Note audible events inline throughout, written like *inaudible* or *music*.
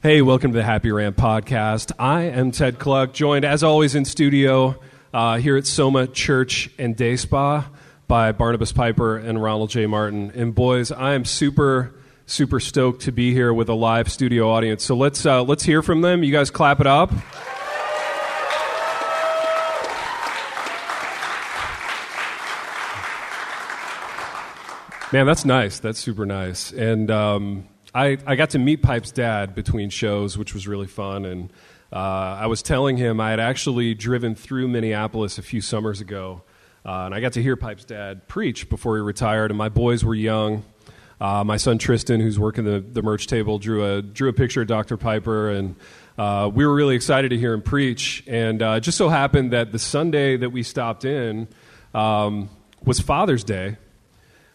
Hey, welcome to the Happy Ramp podcast. I am Ted Cluck, joined as always in studio uh, here at Soma Church and Day Spa by Barnabas Piper and Ronald J. Martin. And boys, I am super, super stoked to be here with a live studio audience. So let's uh, let's hear from them. You guys, clap it up. Man, that's nice. That's super nice. And um, I, I got to meet Pipe's dad between shows, which was really fun. And uh, I was telling him I had actually driven through Minneapolis a few summers ago. Uh, and I got to hear Pipe's dad preach before he retired. And my boys were young. Uh, my son Tristan, who's working the, the merch table, drew a, drew a picture of Dr. Piper. And uh, we were really excited to hear him preach. And uh, it just so happened that the Sunday that we stopped in um, was Father's Day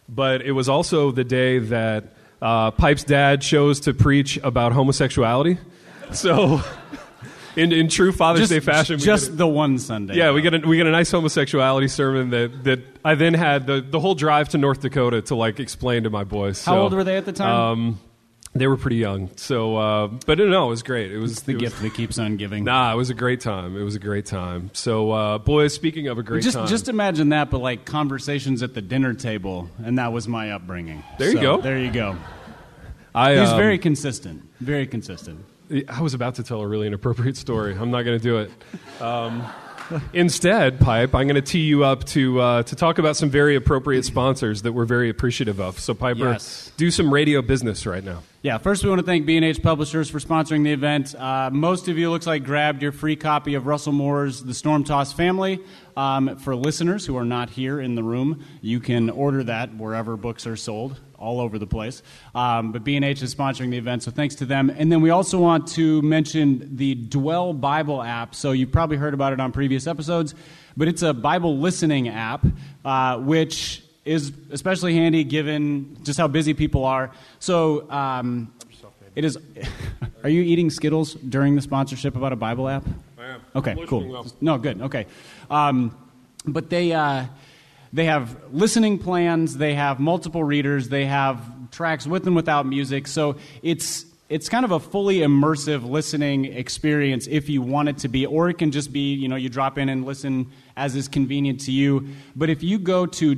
but it was also the day that uh, Pipe's dad chose to preach about homosexuality. *laughs* So, in, in true Father's Day fashion, we just did it. the one Sunday. yeah, we get a, we get a nice homosexuality sermon that, that I then had the, the whole drive to North Dakota to like explain to my boys. How So, old were they at the time? Um, they were pretty young. So, uh, but no, no, it was great. It was it's the it was- gift that keeps on giving. Nah, it was a great time. It was a great time. So, uh, boys, speaking of a great just time, just imagine that, but like conversations at the dinner table, and that was my upbringing. There you So, go. There you go. I, He was um, very consistent. Very consistent. I was about to tell a really inappropriate story. I'm not going to do it. Um, instead, Pipe, I'm going to tee you up to uh, to talk about some very appropriate sponsors that we're very appreciative of. So, Piper, Yes. do some radio business right now. Yeah, first we want to thank B&H Publishers for sponsoring the event. Uh, most of you, looks like, grabbed your free copy of Russell Moore's The Storm Tossed Family. Um, for listeners who are not here in the room, you can order that wherever books are sold, all over the place. Um, but B&H is sponsoring the event, so thanks to them. And then we also want to mention the Dwell Bible app. So you've probably heard about it on previous episodes, but it's a Bible listening app, uh, which is especially handy given just how busy people are. So um, it is. *laughs* are you eating Skittles during the sponsorship about a Bible app? I am. Okay, I'm listening cool. well. No, good. Okay, um, but they uh, they have listening plans. They have multiple readers. They have tracks with and without music. So it's it's kind of a fully immersive listening experience if you want it to be, or it can just be you know you drop in and listen as is convenient to you. But if you go to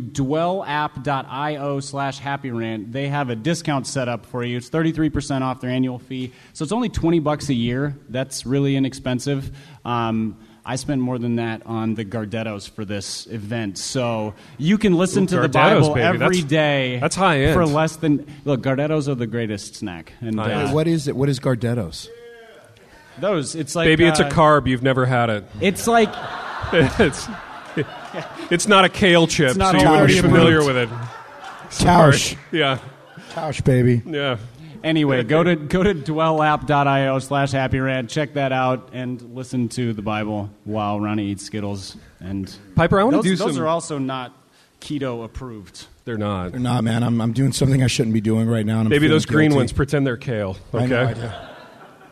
dwellapp.io slash happyrant, they have a discount set up for you. It's 33% off their annual fee. So it's only 20 bucks a year. That's really inexpensive. Um, I spent more than that on the Gardettos for this event. So you can listen Ooh, to the Gardettos, Bible baby. every That's- day. that's high end. For less than look, Gardettos are the greatest snack. And High uh, end. What is it? What is Gardettos? those, it's like Baby, it's a uh, carb. You've never had it. *laughs* It's like it's it's not a kale chip, not so you wouldn't be already familiar approved. with it. Tausch. Sorry. Yeah, Tausch, baby. yeah. anyway. Go to go to dwellapp.io slash happy rant. Check that out and listen to the Bible while Ronnie eats Skittles. And Piper, I want to those, do those some. are also not keto approved. They're not. Nah, man, I'm, I'm doing something I shouldn't be doing right now. And I'm Maybe feeling those green guilty. ones pretend they're kale. Okay. I know, I do.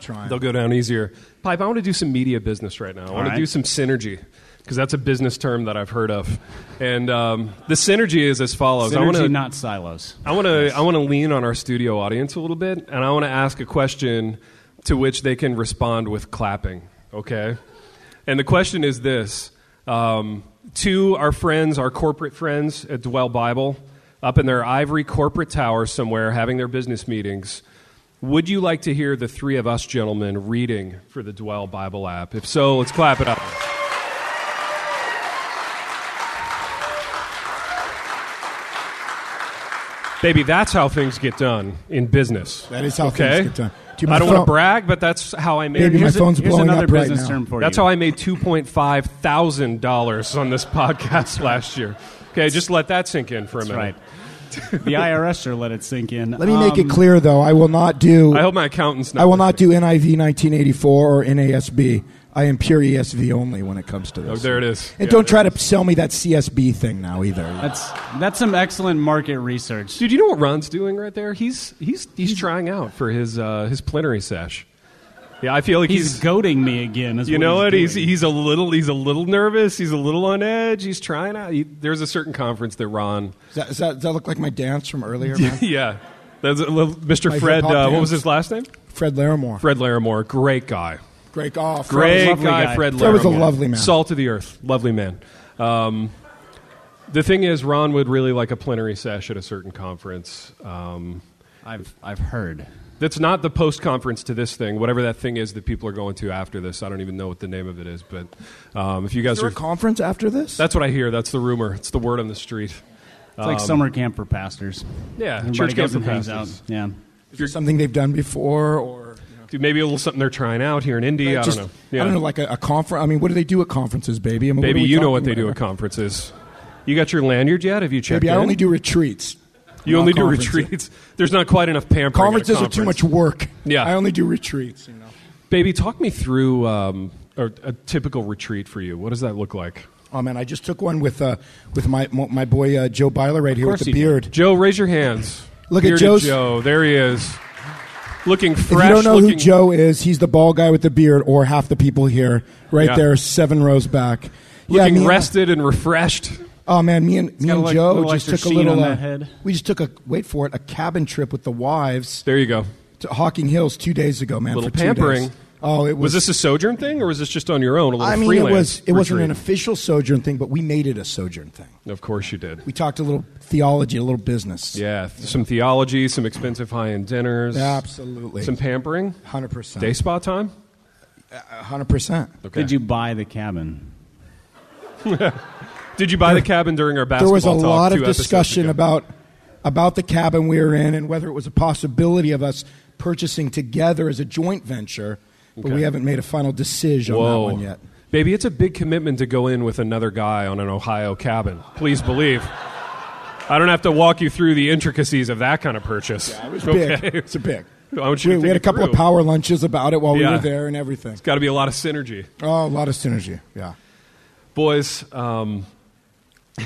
Trying. They'll go down easier. Pipe, I want to do some media business right now. I want right. to do some synergy because that's a business term that I've heard of. And um, the synergy is as follows. I want Synergy, to not silos. I want to I want to lean on our studio audience a little bit, and I want to ask a question to which they can respond with clapping. Okay, and the question is this: um, to our friends, our corporate friends at Dwell Bible, up in their ivory corporate tower somewhere, having their business meetings. Would you like to hear the three of us gentlemen reading for the Dwell Bible app? If so, let's clap it up. Baby, that's how things get done in business. That is how okay? things get done. Dude, my I don't want phone- to brag, but that's how I made. Baby, my Here's, a- phone's here's blowing another up right business now. term for That's you. how I made two point five thousand dollars on this podcast *laughs* last year. Okay, just let that sink in for a That's minute. right. *laughs* the IRS sure let it sink in. Um, Let me make it clear, though. I will not do. Um, I hope my accountant's not. I will not listening. do NIV 1984 or NASB. I am pure ESV only when it comes to this. Oh, there it is. And Yeah, don't there try to sell me that CSB thing now Uh, either. That's that's some excellent market research. Dude, you know what Ron's doing right there? He's he's he's trying out for his uh, his plenary sesh. Yeah, I feel like He's, he's, goading me again. Is you know what? what? He's doing. he's a little he's a little nervous. He's a little on edge. He's trying out. He, there's a certain conference that Ron. Does that, does that, does that look like my dance from earlier? man? *laughs* yeah, that's a little, Mr. My Fred. hip-hop Uh, what dance. was his last name? Fred Larimore. Fred Larimore. Great guy. Great Oh, golf. Great lovely guy, guy. Fred Fred Larimore. was a lovely man. Salt of the earth. Lovely man. Um, the thing is, Ron would really like a plenary sesh at a certain conference. Um, I've I've heard. that's not the post conference to this thing, whatever that thing is that people are going to after this. I don't even know what the name of it is, but um, if you Is guys there are. a conference after this? that's what I hear. That's the rumor. It's the word on the street. It's like summer camp for pastors. Um, Yeah, Everybody church goes camp and for hangs out. pastors. Yeah. Is there something they've done before, or Maybe a little something they're trying out here in Indy. I Just- don't know. Yeah. I don't know, like a, a conference. I mean, what do they do at conferences, baby? I mean, what Baby, are we you know talking what they about do here? at conferences. You got your lanyard yet? Have you checked Baby, I in? only do retreats. You not only do conferences. retreats. There's not quite enough pampering. at a *laughs* Conferences are too conference. much work. Yeah. I only do retreats. You know. Baby, talk me through um, a, a typical retreat for you. What does that look like? Oh man, I just took one with uh, with my my boy uh, Joe Byler right here course with the you did. beard. Joe, raise your hands. Look at Bearded Joe's- Joe. There he is, looking If fresh. you don't know looking, who Joe is, he's the bald guy with the beard, or half the people here, right Yeah. there, seven rows back. yeah, looking me and- rested and refreshed. oh man, me and me got a and little- Joe little just extra took a sheen little. on uh, that head. We just took a wait for it, a cabin trip with the wives There you go. to Hocking Hills two days ago, man. Little for two pampering. days. Oh, it Was was. this a sojourn thing, or was this just on your own? A little I mean, it freelance was. It wasn't an retreat? official sojourn thing, but we made it a sojourn thing. Of course, you did. We talked a little theology, a little business. Yeah, th- some theology, some expensive high-end dinners, absolutely. some pampering, Hundred day percent. spa time. Hundred percent. Okay. Did you buy the cabin? Did you buy the cabin during our There basketball was a talk lot two of episodes discussion ago? about about the cabin we were in and whether it was a possibility of us purchasing together as a joint venture, but Okay. we haven't made a final decision Whoa. on that one yet. Baby, it's a big commitment to go in with another guy on an Ohio cabin. Please believe. I don't have to walk you through the intricacies of that kind of purchase. Yeah, *laughs* It was big. It's a big. I want you We, to we had a think it couple of through. power lunches about it while Yeah. we were there and everything. Got to be a lot of synergy. Oh, a lot of synergy. Yeah. Boys, um, *laughs*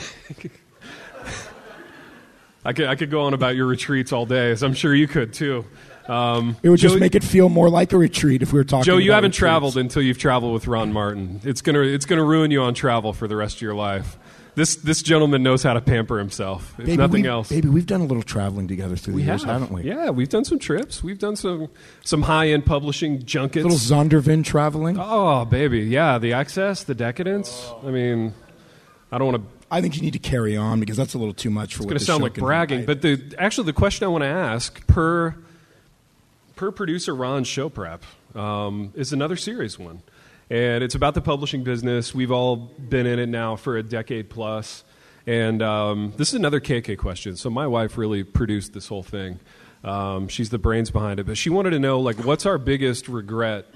I, could, I could go on about your retreats all day, as I'm sure you could too. Um, It would Joe- just make it feel more like a retreat if we were talking. Joe, you about haven't retreats. traveled until you've traveled with Ron Martin. It's gonna it's gonna ruin you on travel for the rest of your life. This this gentleman knows how to pamper himself. If Baby, nothing we've, else, Baby, we've done a little traveling together through the years, haven't we? Yeah, we've done some trips. We've done some some high end publishing junkets. Little Zondervan traveling. oh, baby, yeah, the access, the decadence. I mean, I don't want to I think you need to carry on because that's a little too much for It's going to what this sound show like can bragging, provide. but the actually the question I want to ask per per producer Ron show prep um, is another serious one, and it's about the publishing business. We've all been in it now for a decade plus, and um, this is another KK question. So my wife really produced this whole thing. Um, she's the brains behind it, but she wanted to know like what's our biggest regret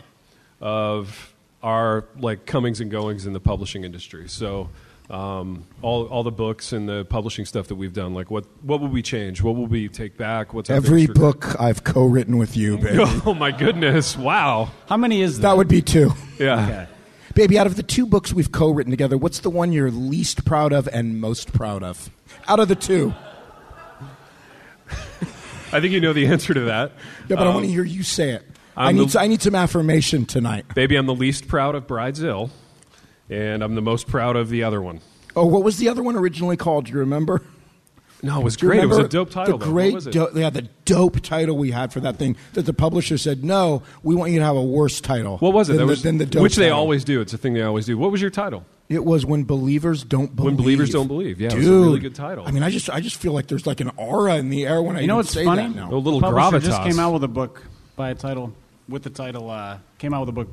of our like comings and goings in the publishing industry. So um, all all the books and the publishing stuff that we've done, like what what will we change? What will we take back? What's our every biggest regret? book I've co-written with you, baby. *laughs* Oh my goodness! Wow. How many is *laughs* that that? would be two. Yeah. Okay. Baby, out of the two books we've co-written together, what's the one you're least proud of and most proud of? Out of the two. I think you know the *laughs* answer to that. Yeah, but I want to hear you say it. I Um, I'm need, the- s- I need some affirmation tonight. Baby, I'm the least proud of Bridezilla, and I'm the most proud of the other one. Oh, what was the other one originally called? Do you remember? No, it was Do you great. It was a remember dope title. The though. What great, was it? dope- yeah, the dope title we had for that thing that the publisher said, no, we want you to have a worse title. What was it? Than That the, was- than the dope which they title. always do. It's a thing they always do. What was your title? It was when believers don't believe. When Believers Don't Believe, yeah, it dude, was a really good title. I mean, I just, I just feel like there's like an aura in the air when I You know even what's say funny? that A now. little the publisher gravitas. just came out with a book by a title with the title uh, came out with a book.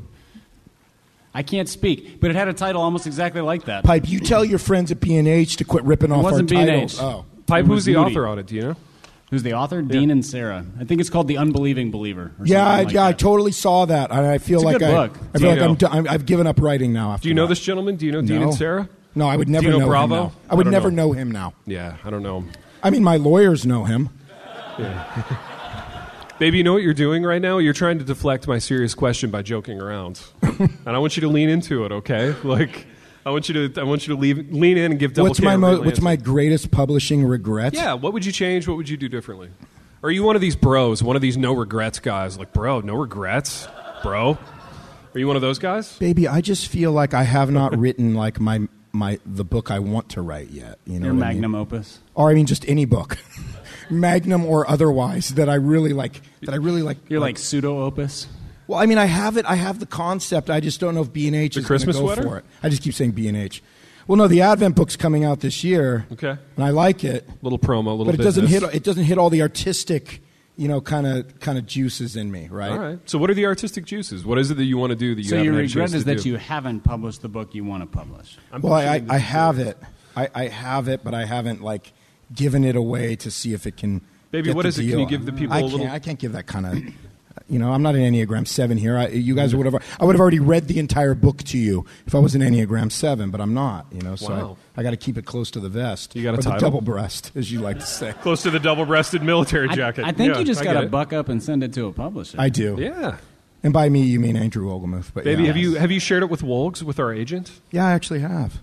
I can't speak, but it had a title almost exactly like that. Pipe, you tell your friends at B and H to quit ripping off wasn't our B&H. titles. Oh, Pipe, It who's was the Moody. author on it? Do you know? Who's the author? Dean and Sarah. I think it's called The Unbelieving Believer. Or yeah, I, something like yeah, I that. totally saw that, and I feel It's a like good I, book. I feel like Dino. I'm, do- I'm, I've given up writing now. After Do you know that. this gentleman? Do you know Dean No. and Sarah? No, I would never Dino know Bravo? him. now. I I would don't never know. know him now. Yeah, I don't know. I mean, my lawyers know him. Baby, you know what you're doing right now? You're trying to deflect my serious question by joking *laughs* around, and I want you to lean into it. Okay, like I want you to I want you to leave, lean in and give double. what's my K a mo- real what's answer. my greatest publishing regret? yeah? What would you change? What would you do differently? Are you one of these bros? One of these no regrets guys? Like, bro, no regrets? bro. Are you one of those guys? Baby, I just feel like I *laughs* have not written like my my the book I want to write yet. You know, Your what I mean? magnum opus. or I mean just any book, *laughs* Magnum or otherwise that I really like. That I really like. You're like pseudo opus. well, I mean, I have it. I have the concept. I just don't know if B and H is going to Christmas go sweater? for it. I just keep saying B and H. Well, no, the Advent book's coming out this year. Okay. and I like it, Little promo, little but it doesn't hit. business. It doesn't hit all the artistic, you know, kind of kind of juices in me, right? All right. So, what are the artistic juices? What is it that you want to do that you so haven't your had a chance regret to is that do? you haven't published the book you want to publish. well, I, I, I have it. I, I have it, but I haven't like given it away to see if it can. Baby, get what the is it? Can deal. you give the people I a can't, little- I can't give that kind of. You know, I'm not an Enneagram Seven here. I, you guys would have. I would have already read the entire book to you if I was an Enneagram Seven, but I'm not. You know, so I- Wow. I, got to keep it close to the vest. You got a or the title? double breast, as you like *laughs* to say. Close to the double-breasted military I, jacket. I think Yeah, you just I got get to it. buck up and send it to a publisher. I do. Yeah, And by me, you mean Andrew Oglemuth. But baby. yeah. Have you have you shared it with Wolgs with our agent? Yeah, I actually have.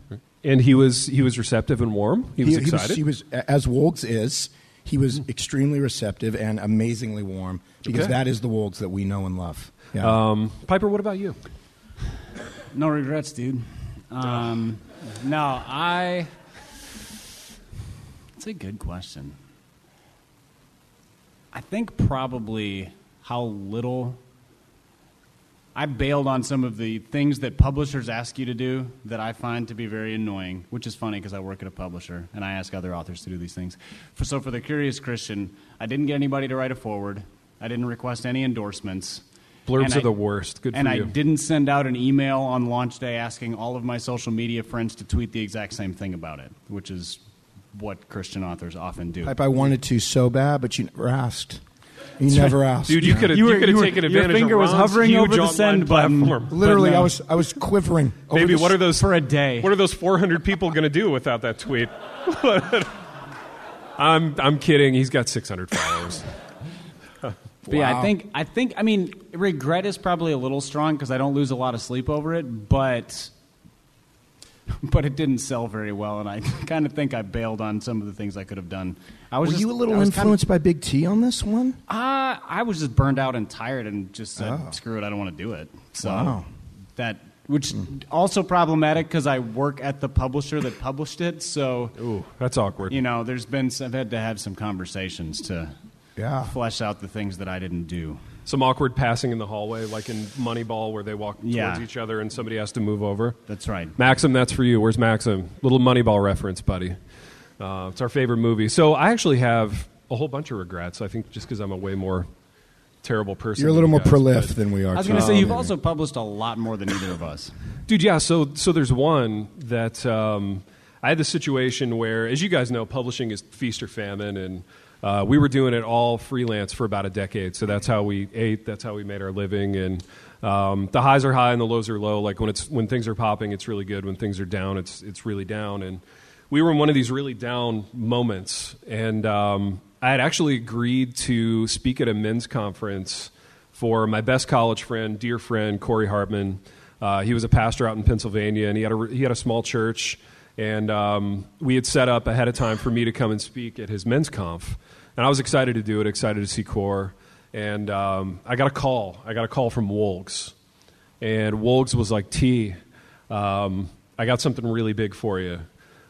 And he was he was receptive and warm. He was excited. He was, as Wolgs is, he was extremely receptive and amazingly warm because Okay. that is the Wolgs that we know and love. Yeah. um, Piper, what about you? No regrets, dude. Um, no, I. It's a good question. I think probably how little I bailed on some of the things that publishers ask you to do that I find to be very annoying, which is funny because I work at a publisher and I ask other authors to do these things. For, so for the curious Christian, I didn't get anybody to write a forward. I didn't request any endorsements. Blurbs And are the worst. Good for and I you. didn't send out an email on launch day asking all of my social media friends to tweet the exact same thing about it, which is what Christian authors often do. Pipe, I wanted to so bad, but you never asked. You never asked. Dude, you could have You you, were- could you have were- taken your advantage. finger of was Ron's hovering huge over the online send button. platform. Literally, But no. I was I was quivering. over Baby, this- what are those for a day. What are those 400 people going to do without that tweet? *laughs* I'm I'm kidding. He's got 600 *laughs* followers. But yeah, I think I think I mean regret is probably a little strong because I don't lose a lot of sleep over it, but *laughs* but it didn't sell very well, and I *laughs* kind of think I bailed on some of the things I could have done. I was Were just- you a little I was kinda- influenced by Big T on this one? Uh, I was just burned out and tired and just said, screw it, I don't want to do it. So Oh. Wow. Mm. that, which also problematic because I work at the publisher that published it. So, Ooh, that's awkward. you know, there's been, some- I've had to have some conversations to Yeah. flesh out the things that I didn't do. Some awkward passing in the hallway, like in Moneyball, where they walk Yeah. towards each other and somebody has to move over. That's right. Maxim, that's for you. Where's Maxim? Little Moneyball reference, buddy. Uh, it's our favorite movie. So I actually have a whole bunch of regrets. I think just because I'm a way more terrible person. You're a than little you more guys, prolific but- than we are. Oh, I was going to say, you've also published a lot more than either of us. Dude, yeah. So, so there's one that um, I had the situation where, as you guys know, publishing is feast or famine, and uh, we were doing it all freelance for about a decade. So that's how we ate. That's how we made our living. And um, the highs are high and the lows are low. Like when it's when things are popping, it's really good. When things are down, it's it's really down. And we were in one of these really down moments, and um, I had actually agreed to speak at a men's conference for my best college friend, dear friend, Corey Hartman. Uh, he was a pastor out in Pennsylvania, and he had a, he had a small church. And um, we had set up ahead of time for me to come and speak at his men's conf. And I was excited to do it, excited to see Core. And um, I got a call. I got a call from Wolves. And Wolves was like, T, um, I got something really big for you.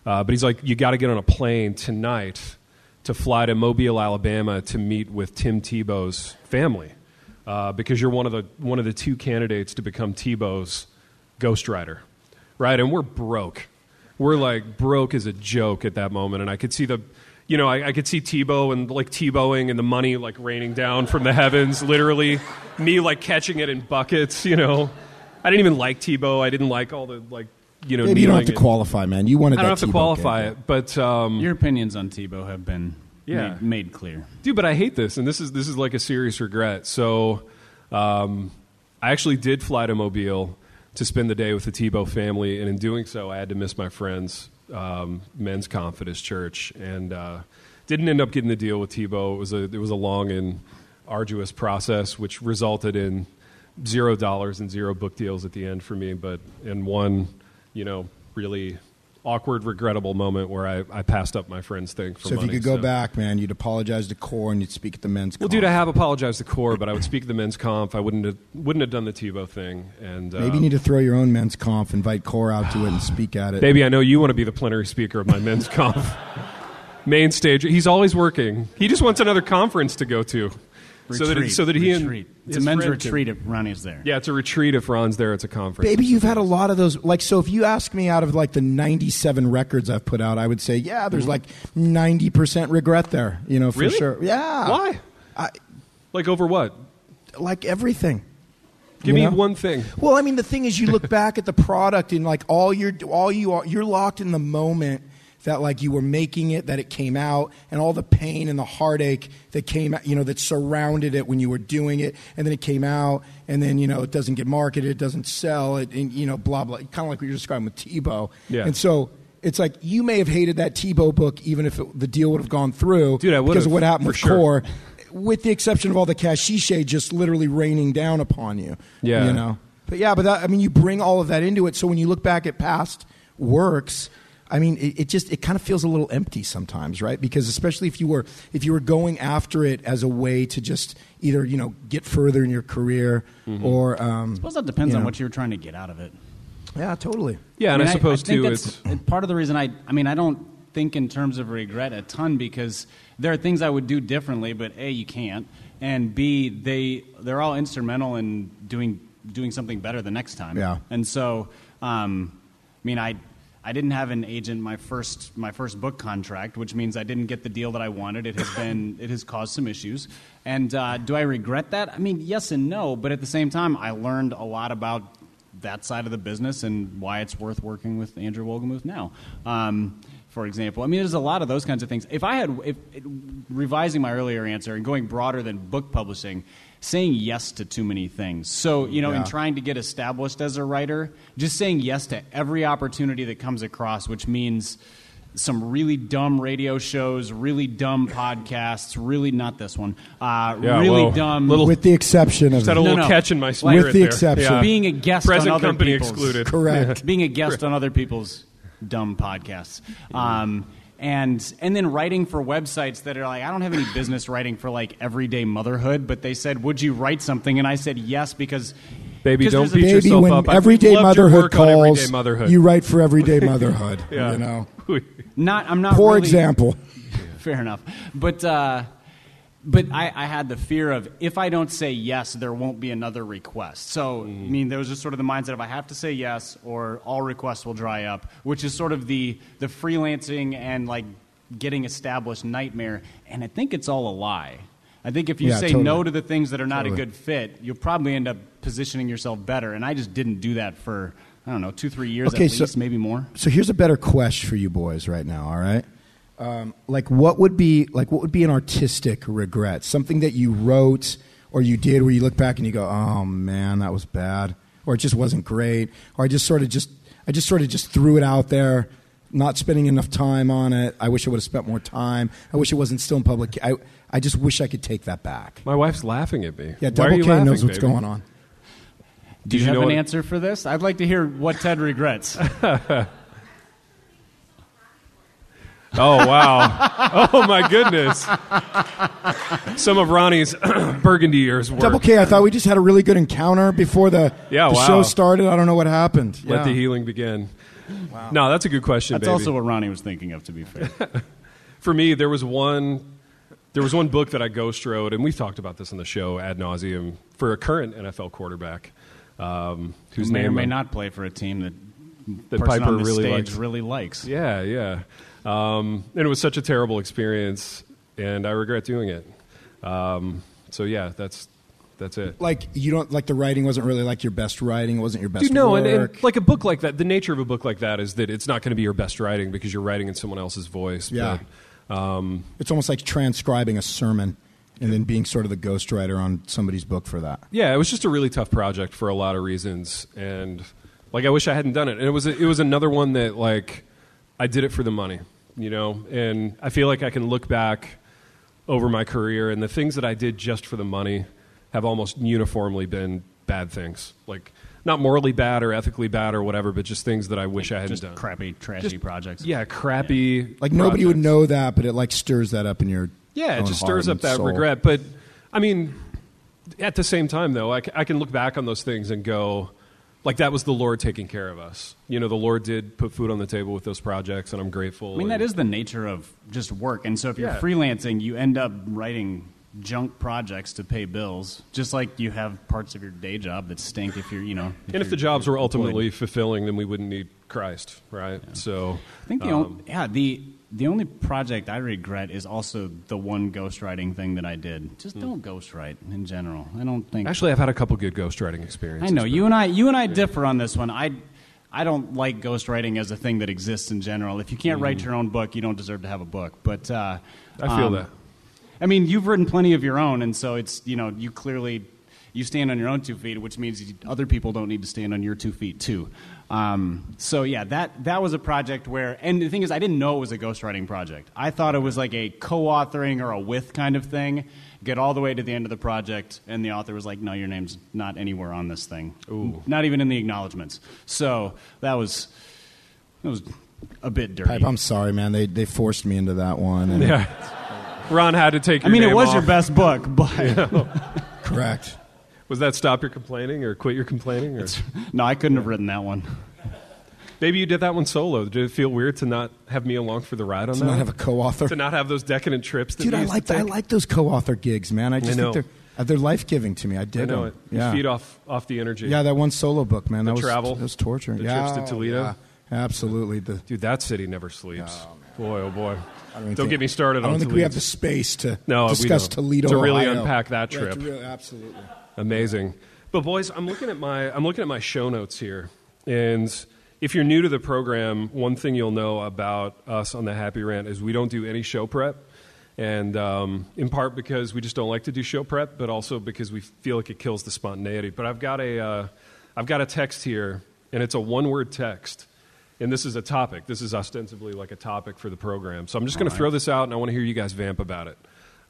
Uh, but he's like, you got to get on a plane tonight to fly to Mobile, Alabama to meet with Tim Tebow's family uh, because you're one of, the, one of the two candidates to become Tebow's ghostwriter, right? And we're broke. We're like broke as a joke at that moment. And I could see the, you know, I, I could see Tebow and like Tebowing and the money like raining down from the heavens, literally. Me like catching it in buckets, you know. I didn't even like Tebow. I didn't like all the like, you know, Maybe you don't have kneeling to and- qualify, man. You wanted I don't that have to Tebow qualify game. it, but um, Your opinions on Tebow have been Yeah. made, made clear. dude but i hate this and this is this is like a serious regret so um, i actually did fly to mobile to spend the day with the tebow family and in doing so i had to miss my friends um, men's confidence church and uh, didn't end up getting the deal with tebow it was a it was a long and arduous process which resulted in zero dollars and zero book deals at the end for me but in one you know really awkward, regrettable moment where I, I passed up my friend's thing. For So if you money, could go back, man, you'd apologize to Core and you'd speak at the men's. Well, dude, I have apologized to Core, but I would speak at the men's conf. I wouldn't have, wouldn't have done the Tebow thing. And Maybe you um, need to throw your own men's conf, invite Core out to it, and speak at it. Baby, I know you want to be the plenary speaker of my men's *laughs* conf. Main stage. He's always working. He just wants another conference to go to. so that, so that he Retreat. and It's a his men's friend can- retreat if Ronnie's there. yeah, it's a retreat if Ron's there. It's a conference. Baby, you've had a lot of those. Like, so if you ask me out of like the 97 records I've put out, I would say, yeah, there's like 90% regret there, you know, Mm-hmm. for Really? sure. Yeah. Why? I, Like over what? like everything. Give You me know? one thing. Well, I mean, the thing is, *laughs* you look back at the product and like all you're all you are you're locked in the moment that like you were making it, that it came out, and all the pain and the heartache that came, out, you know, that surrounded it when you were doing it, and then it came out, and then you know it doesn't get marketed, it doesn't sell, it, and you know, blah blah, kind of like what you're describing with Tebow. Yeah. And so. It's like you may have hated that Tebow book, even if it, the deal would have gone through, Dude, I would because have, of what happened for with sure. Core, with the exception of all the cashiche just literally raining down upon you. Yeah. You know? But yeah, but that, I mean, you bring all of that into it. So when you look back at past works, I mean, it, it just, it kind of feels a little empty sometimes, right? Because especially if you were, if you were going after it as a way to just either, you know, get further in your career Mm-hmm. or, um, I I suppose that depends on what you're trying to get out of it. Yeah, totally. Yeah, and I, mean, suppose think too, that's- it's and part of the reason I. I mean, I don't think in terms of regret a ton because there are things I would do differently, but a you can't, and b they they're all instrumental in doing doing something better the next time. Yeah. and so um, I mean I. I didn't have an agent my first my first book contract, which means I didn't get the deal that I wanted. It has been it has caused some issues, and uh, do I regret that? I mean, yes and no, but at the same time, I learned a lot about that side of the business and why it's worth working with Andrew Wolgamuth now. Um, for example, I mean, there's a lot of those kinds of things. If I had, if, it- revising my earlier answer and going broader than book publishing, saying yes to too many things. So, you know, Yeah. in trying to get established as a writer, just saying yes to every opportunity that comes across, which means some really dumb radio shows, really dumb podcasts, really not this one, uh, Yeah, really well, dumb. little- With the exception of, had a No, little no. catch in my With spirit. the there. exception. Yeah. Being a guest on present other company people's- excluded. *laughs* *laughs* correct. being a guest on other people's dumb podcasts. Um, and and then writing for websites that are like I don't have any business writing for like everyday motherhood, but they said, "Would you write something?" And I said yes because Baby, 'cause don't there's a- beat Baby, yourself when up. I everyday loved your motherhood work on Everyday calls, Motherhood. you write *laughs* for everyday motherhood. You know, not I'm not poor really- example. *laughs* Fair enough, but. Uh, but I, I had the fear of if I don't say yes, there won't be another request. So, Mm. I mean, there was just sort of the mindset of I have to say yes or all requests will dry up, which is sort of the, the freelancing and like getting established nightmare. And I think it's all a lie. I think if you Yeah, say totally. no to the things that are not a Totally. good fit, you'll probably end up positioning yourself better. And I just didn't do that for, I don't know, two, three years Okay, at so- least, maybe more. So here's a better question for you boys right now. All right, um, like what would be like what would be an artistic regret? Something that you wrote or you did where you look back and you go, "Oh man, that was bad," or "It just wasn't great," or "I just sort of just I just sort of just threw it out there." Not spending enough time on it. I wish I would have spent more time. I wish it wasn't still in public. I, I just wish I could take that back. My wife's laughing at me. Why are Yeah, Double you K laughing, knows what's baby? going on. Do you, you have know an what- answer for this? I'd like to hear what Ted regrets. Oh wow! *laughs* oh my goodness! Some of Ronnie's *clears throat* burgundy years were. Double K, I thought we just had a really good encounter before the, Yeah, the wow. show started. I don't know what happened. Let Yeah. the healing begin. No, that's a good question, That's baby. also what Ronnie was thinking of, to be *laughs* fair. For me, there was one. There was one book that I ghost wrote, and we've talked about this on the show ad nauseum for a current NFL quarterback, um, whose Who may name or may I'm- not play for a team that, That person Piper on this really stage likes. really likes. Yeah, yeah. Um, and it was such a terrible experience, and I regret doing it. Um, so yeah, that's that's it. like you don't like the writing wasn't really like your best writing. It wasn't your best Dude, no, work. and, and like a book like that, the nature of a book like that is that it's not going to be your best writing because you're writing in someone else's voice. Yeah. But, um, it's almost like transcribing a sermon and then being sort of the ghostwriter on somebody's book for that. yeah, it was just a really tough project for a lot of reasons, and like I wish I hadn't done it. And it was it was another one that like I did it for the money, you know. And I feel like I can look back over my career and the things that I did just for the money have almost uniformly been bad things. Like not morally bad or ethically bad or whatever, but just things that I wish I hadn't Just done. crappy, trashy projects. Yeah, crappy. Like nobody would projects. know that, but it like stirs that up in your Yeah, it own just heart stirs up and that soul. regret. But I mean, at the same time, though, I, c- I can look back on those things and go, like, that was the Lord taking care of us. You know, the Lord did put food on the table with those projects, and I'm grateful. I mean, that and- is the nature of just work. And so if you're Yeah. freelancing, you end up writing junk projects to pay bills, just like you have parts of your day job that stink if you're, you *laughs* know. And if you're- the jobs were you're employed. ultimately fulfilling, then we wouldn't need Christ, right? So I think the um, only, yeah the the only project I regret is also the one ghostwriting thing that I did. Just don't ghostwrite in general. I don't think. actually, I've had a couple good ghostwriting experiences. I know but- you and I you and I differ on this one. I I don't like ghostwriting as a thing that exists in general. If you can't write your own book, you don't deserve to have a book. But uh, I feel um, that. I mean, you've written plenty of your own, and so it's you know you clearly you stand on your own two feet, which means you- other people don't need to stand on your two feet too. Um, so yeah, that that was a project where, and the thing is, I didn't know it was a ghostwriting project. I thought it was like a co-authoring or a with kind of thing. Get all the way to the end of the project, and the author was like, "No, your name's not anywhere on this thing. Ooh. Not even in the acknowledgments." So that was that was a bit dirty. Pipe, I'm sorry, man. They they forced me into that one. *laughs* and- Yeah. Ron had to take. I Your mean, it name was off. your best book, *laughs* but. Correct. Was that stop your complaining or quit your complaining? Or? No, I couldn't have written that one. Maybe you did that one solo. Did it feel weird to not have me along for the ride on To that? not have a co-author. to not have those decadent trips. That Dude, we I used like to I take? like those co-author gigs, man. I just know. think they're uh, they're life giving to me. I dig I know it. them. You Yeah. feed off off the energy. Yeah, that one solo book, man. The that was travel, That was torture. the yeah, trips to oh, Toledo. yeah. absolutely. The dude, that city never sleeps. boy, oh boy. I Don't think- get me started I don't on think Toledo. we have the space to No, we discuss don't. Toledo To really Ohio. unpack that Yeah, trip. to really- absolutely. Amazing. But boys, I'm looking at my I'm looking at my show notes here, and if you're new to the program, one thing you'll know about us on the Happy Rant is we don't do any show prep, and um, in part because we just don't like to do show prep, but also because we feel like it kills the spontaneity. But I've got a uh, I've got a text here, and it's a one word text. And this is a topic. This is ostensibly like a topic for the program. So I'm just going to throw this out, and I want to hear you guys vamp about it.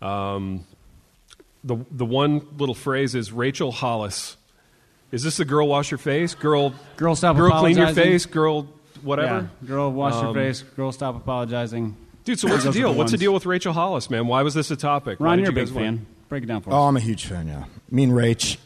Um, the the one little phrase is Rachel Hollis. Is this the girl wash your face? Girl, Girl, stop girl clean your apologizing. face. Girl, whatever. Yeah. Girl, wash Um, your face. Girl, stop apologizing. Dude, so what's the Those are deal? the What's the ones. deal with Rachel Hollis, man? Why was this a topic? Why Ron, did you're a you big guys fan. want- Break it down for Oh, us. I'm a huge fan. Yeah, me and Rach,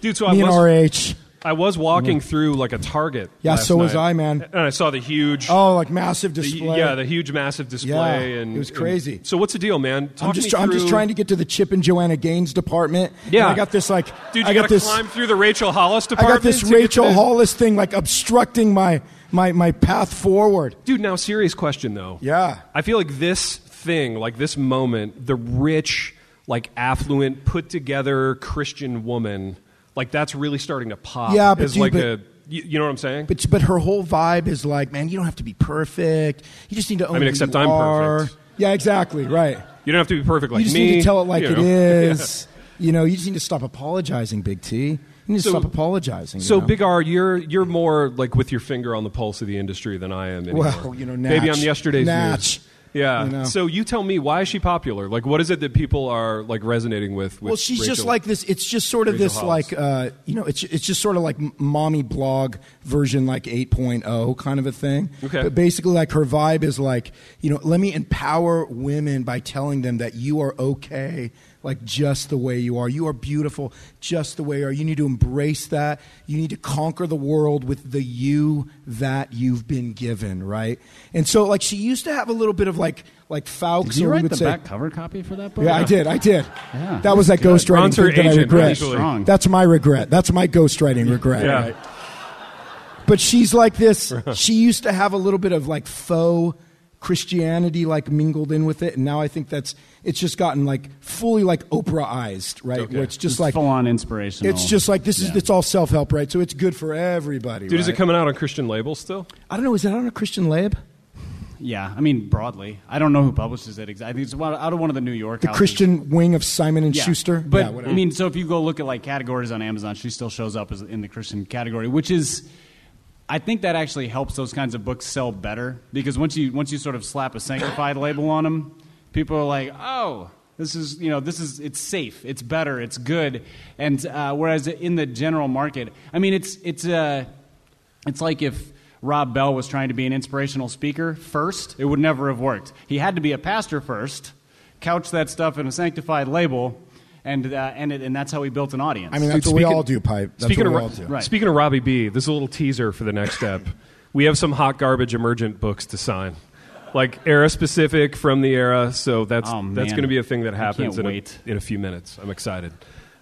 Dude, so I me and was, RH. I was walking through like a Target. Mm-hmm. Yeah, last so was night, I, man. And I saw the huge. Oh, like massive the- display. yeah, the huge, massive display, Yeah, and it was and- crazy. so what's the deal, man? Talk I'm just me try- I'm just through- trying to get to the Chip and Joanna Gaines department. and Yeah. I got this like Dude, you I got gotta this climb through the Rachel Hollis I department. got this to get to Rachel the- Hollis thing like obstructing my my my path forward. Dude, now serious question though. Yeah. I feel like this thing, like this moment, the rich, like affluent, put together Christian woman, like that's really starting to pop. Yeah, but as do you- like but- a you, you know what I'm saying? But but her whole vibe is like, man, you don't have to be perfect. You just need to own. mean, who except you I'm are. perfect. Yeah, exactly. Right. you don't have to be perfect like you just me. need to tell it like you it know. *laughs* is. You know, you just need to stop apologizing, Big T. You need to So- stop apologizing. you So know? Big R, you're you're more like with your finger on the pulse of the industry than I am. Anymore. Well, you know, maybe Natch. on yesterday's Natch. news. Yeah. You know. So you tell me why is she popular? Like, what is it that people are like resonating with? with Well, she's just Rachel? like this. It's just sort of Rachel this, Hollis. like, uh, you know, it's, it's just sort of like m- mommy blog version, like 8.0 kind of a thing. Okay. But basically, like, her vibe is like, you know, let me empower women by telling them that you are okay, like, just the way you are. You are beautiful just the way you are. You need to embrace that. You need to conquer the world with the you that you've been given, right? And so, like, she used to have a little bit of, like, like Faux. Did you write the back cover copy for that book? Yeah, I did. I did. Yeah. That was that ghostwriting Ron's her thing that I agent, regret. actually. Strong. That's my regret. That's my ghostwriting regret. Yeah. Right? But she's *laughs* like this. she used to have a little bit of like faux Christianity like mingled in with it, and now I think that's it's just gotten like fully like Oprahized, right? Okay. Where it's just It's like full on inspirational. it's just like this is Yeah. it's all self help, right? So it's good for everybody. Dude, is it right? coming out on Christian labels still? I don't know. Is that on a Christian lab? Yeah, I mean broadly. I don't know who publishes it exactly. I think it's one- out of one of the New York. The houses. Christian wing of Simon and Yeah. Schuster. yeah, But I whatever. mean, so if you go look at like categories on Amazon, she still shows up as in the Christian category, which is. I think that actually helps those kinds of books sell better because once you once you sort of slap a sanctified label on them, people are like, "Oh, This is, you know, this is, it's safe, it's better, it's good. And uh, whereas in the general market, I mean, it's, it's, uh, it's like if Rob Bell was trying to be an inspirational speaker first, it would never have worked. He had to be a pastor first, couch that stuff in a sanctified label, and, uh, and, it, and that's how he built an audience. I mean, that's Dude, what we speaking- all do, Pipe. That's speaking what we of all Ro- do. Right. Speaking of Robbie B, this is a little teaser for the next step. *laughs* we have some hot garbage emergent books to sign, like era specific from the era. So that's Oh, man. that's going to be a thing that I happens in can't a, wait. in a few minutes. I'm excited.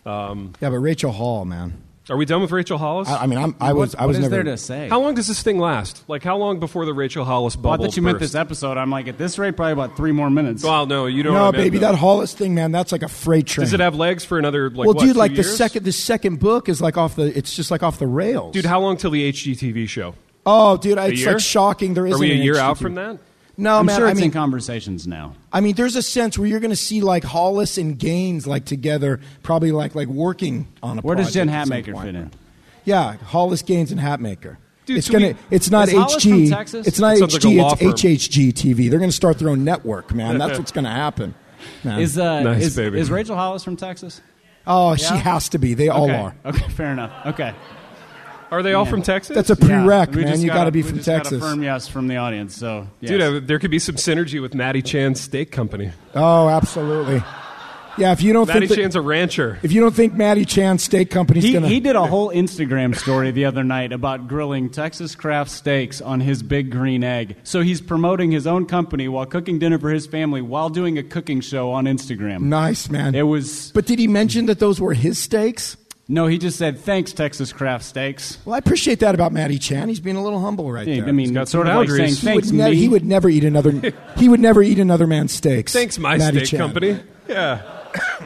Um, Yeah, but Rachel Hall, man. are we done with Rachel Hollis? I, I mean, I'm, I was, I what was is never. there to say? how long does this thing last? Like how long before the Rachel Hollis bubble? well, I thought you meant burst? this episode. I'm like, at this rate, probably about three more minutes. Well, no, you don't. know no, what I meant, baby, though. that Hollis thing, man. That's like a freight train. Does it have legs for another like? well, what, dude, two like the years? second, the second book is like off the. It's just like off the rails, Dude, how long till the HGTV show? oh, dude, I, it's year? like shocking. There Are isn't. we a an year out HGTV. from that? No, I'm man. sure I it's mean, Oh, in conversations now. I mean, there's a sense where you're going to see like Hollis and Gaines like together, probably like like working on a. Where does project Jen at some Hatmaker point. fit in? Yeah, Hollis Gaines and Hatmaker. Dude, it's do we- gonna. it's not Is Hollis HG. from Texas? It's not It sounds like a HG. law firm. it's HHG TV. They're gonna start their own network, *laughs* man. That's what's gonna happen. man. Is, *laughs* uh, Nice, is, baby. is Rachel Hollis from Texas? oh, yeah? she has to be. They all okay. are. Okay, fair enough. Okay. Are they all from Texas? That's a Yeah, prereq, we man. just You got got to a- be we from just got a Texas. firm yes from the audience. So, yes. Dude, uh, there could be some synergy with Matty Chan's steak *laughs* company. Oh, absolutely. Yeah, if you don't Matty think that- Chan's a rancher. if you don't think Matty Chan Steak Company's he, gonna, he did a whole Instagram story the other night about grilling Texas craft steaks on his big green egg. So he's promoting his own company while cooking dinner for his family while doing a cooking show on Instagram. nice, man. It was but did he mention that those were his steaks? no. He just said thanks, Texas craft steaks. Well, I appreciate that about Matty Chan. He's being a little humble right Yeah, there. I mean, got sort some of like saying boundaries. He he thanks would, ne- me. he would never *laughs* eat another. he would never eat another man's steaks. Thanks, my Matty steak Chan. company. Yeah.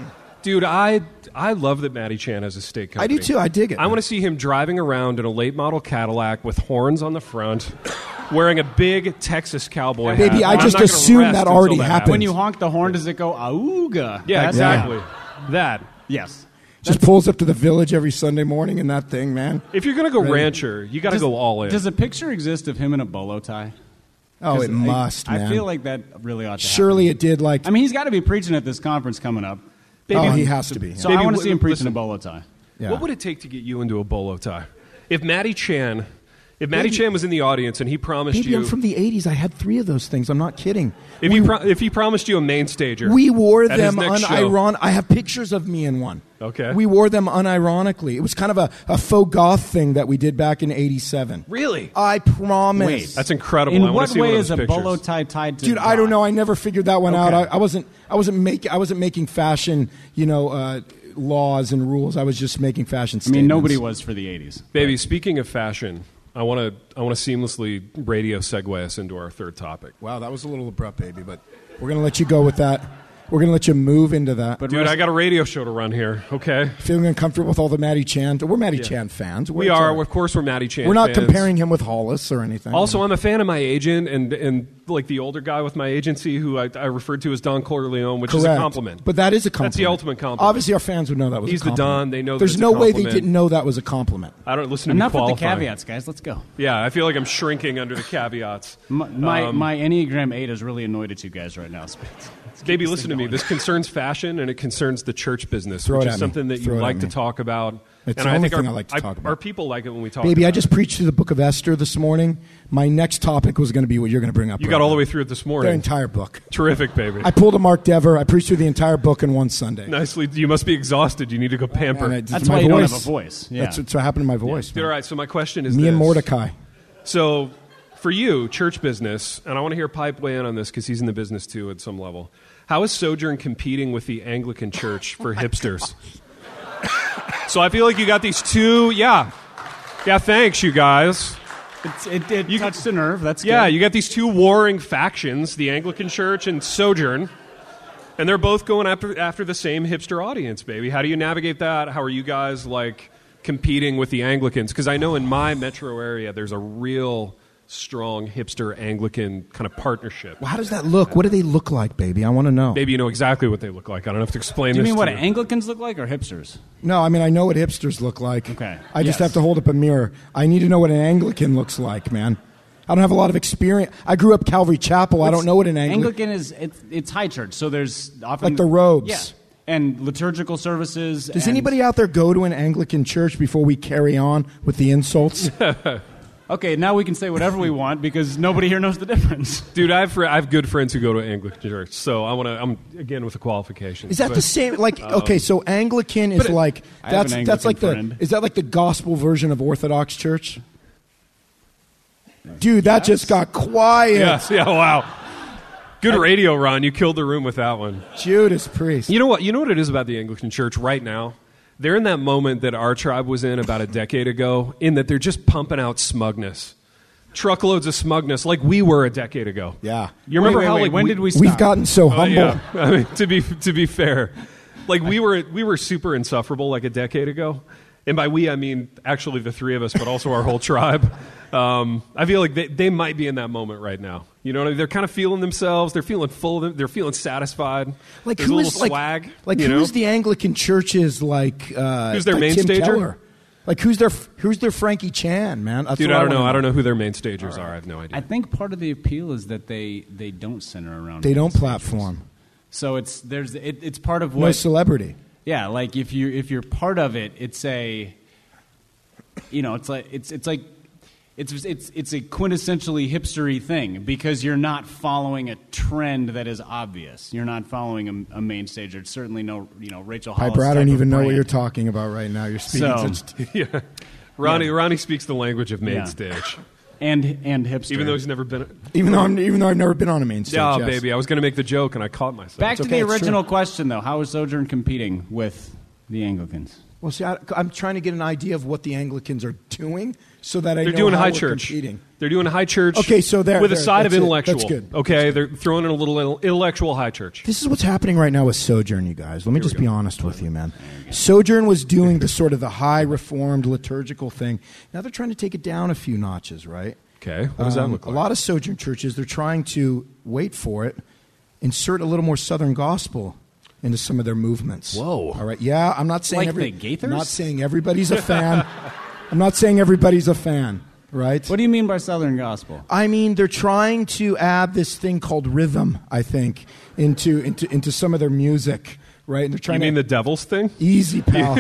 *coughs* Dude, I I love that Matty Chan has a steak I company. do too. I dig it. I want to see him driving around in a late model Cadillac with horns on the front, *coughs* wearing a big Texas cowboy Baby, hat. I I'm just not gonna assumed rest that until already that happened. when you honk the horn, does it go auga? Yeah, That's- exactly. That. Yes. Just pulls up to the village every Sunday morning in that thing, man. If you're going to go rancher, you got to Does- go all in. Does a picture exist of him in a bolo tie? Oh, 'Cause it must, I, man. I feel like that really ought to. surely happen. it did. Like, I mean, he's got to be preaching at this conference coming up. oh, he has to be. So Baby, I want what- to see him preaching listen. a bolo tie. yeah. What would it take to get you into a bolo tie? If Matty Chan, if Matty Chan was in the audience and he promised Baby, you, I'm from the '80s. I had three of those things. I'm not kidding. if he pro- if he promised you a main stager, We wore at his them next show- uniron. I have pictures of me in one. Okay. We wore them unironically. It was kind of a, a faux goth thing that we did back in '87. Really? I promise. Wait. That's incredible. I In wanna what see one way of is those a pictures. bolo tie tied to? Dude, I God? don't know. I never figured that one out. I, Okay. I wasn't. I wasn't making. I wasn't making fashion. You know, uh, laws and rules. I was just making fashion. I Statements. mean, nobody was for the '80s. Baby, speaking of fashion, I want to I want to seamlessly radio segue us into our third topic. Wow, that was a little abrupt, baby. But we're gonna let you go with that. We're gonna let you move into that. But Dude, I got a radio show to run here. Okay, feeling uncomfortable with all the Matty Chan. We're Matty Chan fans. We're, we are. Of course, we're Matty Chan. We're not fans. comparing him with Hollis or anything. Also, I'm a fan of my agent and and like the older guy with my agency who I, I referred to as Don Corleone, which is a Correct. compliment. But that is a compliment. That's the ultimate compliment. Obviously, our fans would know that was. He's a the compliment. Don. They know that There's it's a no way they compliment. didn't know that was a compliment. I don't listen to Enough me with the qualifying. caveats, guys. Let's go. Yeah, I feel like I'm shrinking under the caveats. My my, Um, my Enneagram Eight is really annoyed at you guys right now. *laughs* So let's- let's keep Baby, this listen to thing me. going. This concerns fashion and it concerns the church business, Throw it which at is me. something that Throw you it like at to me. talk about. It's and the I only think our, thing I like to talk about. Our people like it when we talk. Baby, about I just it. preached through the book of Esther this morning. My next topic was going to be what you're going to bring up. you right got all the now. way through it this the morning. entire book. Terrific, baby. I pulled a Mark Dever. I preached through the entire book in one Sunday. Nicely, you must be exhausted. You need to go pamper. And I- That's my why you don't have voice- a voice. Yeah. That's, that's what happened to my voice. Dude, man. all right. So my question is: Me and this. Mordecai. So, for you, church business, and I want to hear Pipe weigh in on this because he's in the business too at some level. How is Sojourn competing with the Anglican *laughs* Church Oh for hipsters? so I feel like you got these two. Yeah, yeah. Thanks, you guys. It's, it it touched a nerve. That's Yeah, good. you got these two warring factions, the Anglican Church and Sojourn, and they're both going after after the same hipster audience, baby. How do you navigate that? How are you guys like competing with the Anglicans? Because I know in my metro area, there's a real strong hipster Anglican kind of partnership. Well, how does that look? What do they look like, baby? I want to know. Baby, you know exactly what they look like. I don't have to explain. Do you this mean to what Anglicans look like or hipsters? No, I mean I know what hipsters look like. Okay. I just Yes. have to hold up a mirror. I need to know what an Anglican looks like, man. I don't have a lot of experience. I grew up Calvary Chapel. I don't know what an Anglican. Anglican is it's, it's high church, so there's often Like the robes. yeah, and liturgical services. Does and- anybody out there go to an Anglican church before we carry on with the insults? Okay, now we can say whatever we want because nobody here knows the difference. Dude, I have, fr- I have good friends who go to Anglican church, so I want to. I'm again with the qualifications. Is that but- the same? Like, okay, so Anglican is But it- like I have that's an that's Anglican like the friend. is that like the gospel version of Orthodox Church? Dude, that just got quiet. Yes. *laughs* Yeah. Wow. Good radio, Ron. You killed the room with that one. Judas Priest. You know what? You know what it is about the Anglican Church right now. They're in that moment that our tribe was in about a decade ago, in that they're just pumping out smugness, truckloads of smugness, like we were a decade ago. Yeah. You remember Wait, wait, how wait, like when did we? Stop? We've gotten so Oh, humble. yeah. *laughs* I mean, to be to be fair, like we were we were super insufferable like a decade ago, and by we I mean actually the three of us, but also our whole *laughs* tribe. Um, I feel like they, they might be in that moment right now. You know, what I mean? they're kind of feeling themselves. They're feeling full. Of them, they're feeling satisfied. Like There's a who little is like swag? like you who know? is the Anglican Church's like uh, Who's their like main Tim stager? Keller? Like who's their who's their Frankie Chan man? That's dude? what I don't know. wanna I don't know who their main stagers are. I have no *laughs* I idea. think part of the appeal is that they they don't center around. They don't religious platform. figures. So it's there's it, it's part of No what celebrity. yeah like if you if you're part of it it's a you know it's like it's it's like it's it's it's a quintessentially hipstery thing because you're not following a trend that is obvious. You're not following a, a main stage. There's certainly no you know Rachel. Oh, Hollis Piper, I type don't of even know what brand. you're talking about right now. You're So- speaking such *laughs* yeah. Ronnie Ronnie speaks the language of main Yeah. stage, and and hipster. even though he's never been. even though I'm, even though I've never been on a main stage. Yeah, yes. baby. I was going to make the joke and I caught myself. Back It's to okay, the it's original question, though. How is Sojourn competing with the Anglicans? Well, see, I, I'm trying to get an idea of what the Anglicans are doing, so that I They're know doing how high we're church. competing. They're doing high church. Okay, so there- with a there, side of that's it. intellectual. That's good. Okay, they're throwing in a little intellectual high church. This is what's happening right now with Sojourn, you guys. Let me just be honest with you, man. Sojourn was doing the sort of the high reformed liturgical thing. Now they're trying to take it down a few notches, right? Um, Okay, what does that look A like? lot of Sojourn churches, they're trying to wait for it, insert a little more Southern gospel into some of their movements. Whoa. All right. Yeah, I'm not saying Like every- the Gaithers? Not saying everybody's a fan. *laughs* I'm not saying everybody's a fan, right? What do you mean by Southern gospel? I mean, they're trying to add this thing called rhythm, I think, into into into some of their music, right? And they're You trying mean to the devil's thing? *laughs* easy, pal.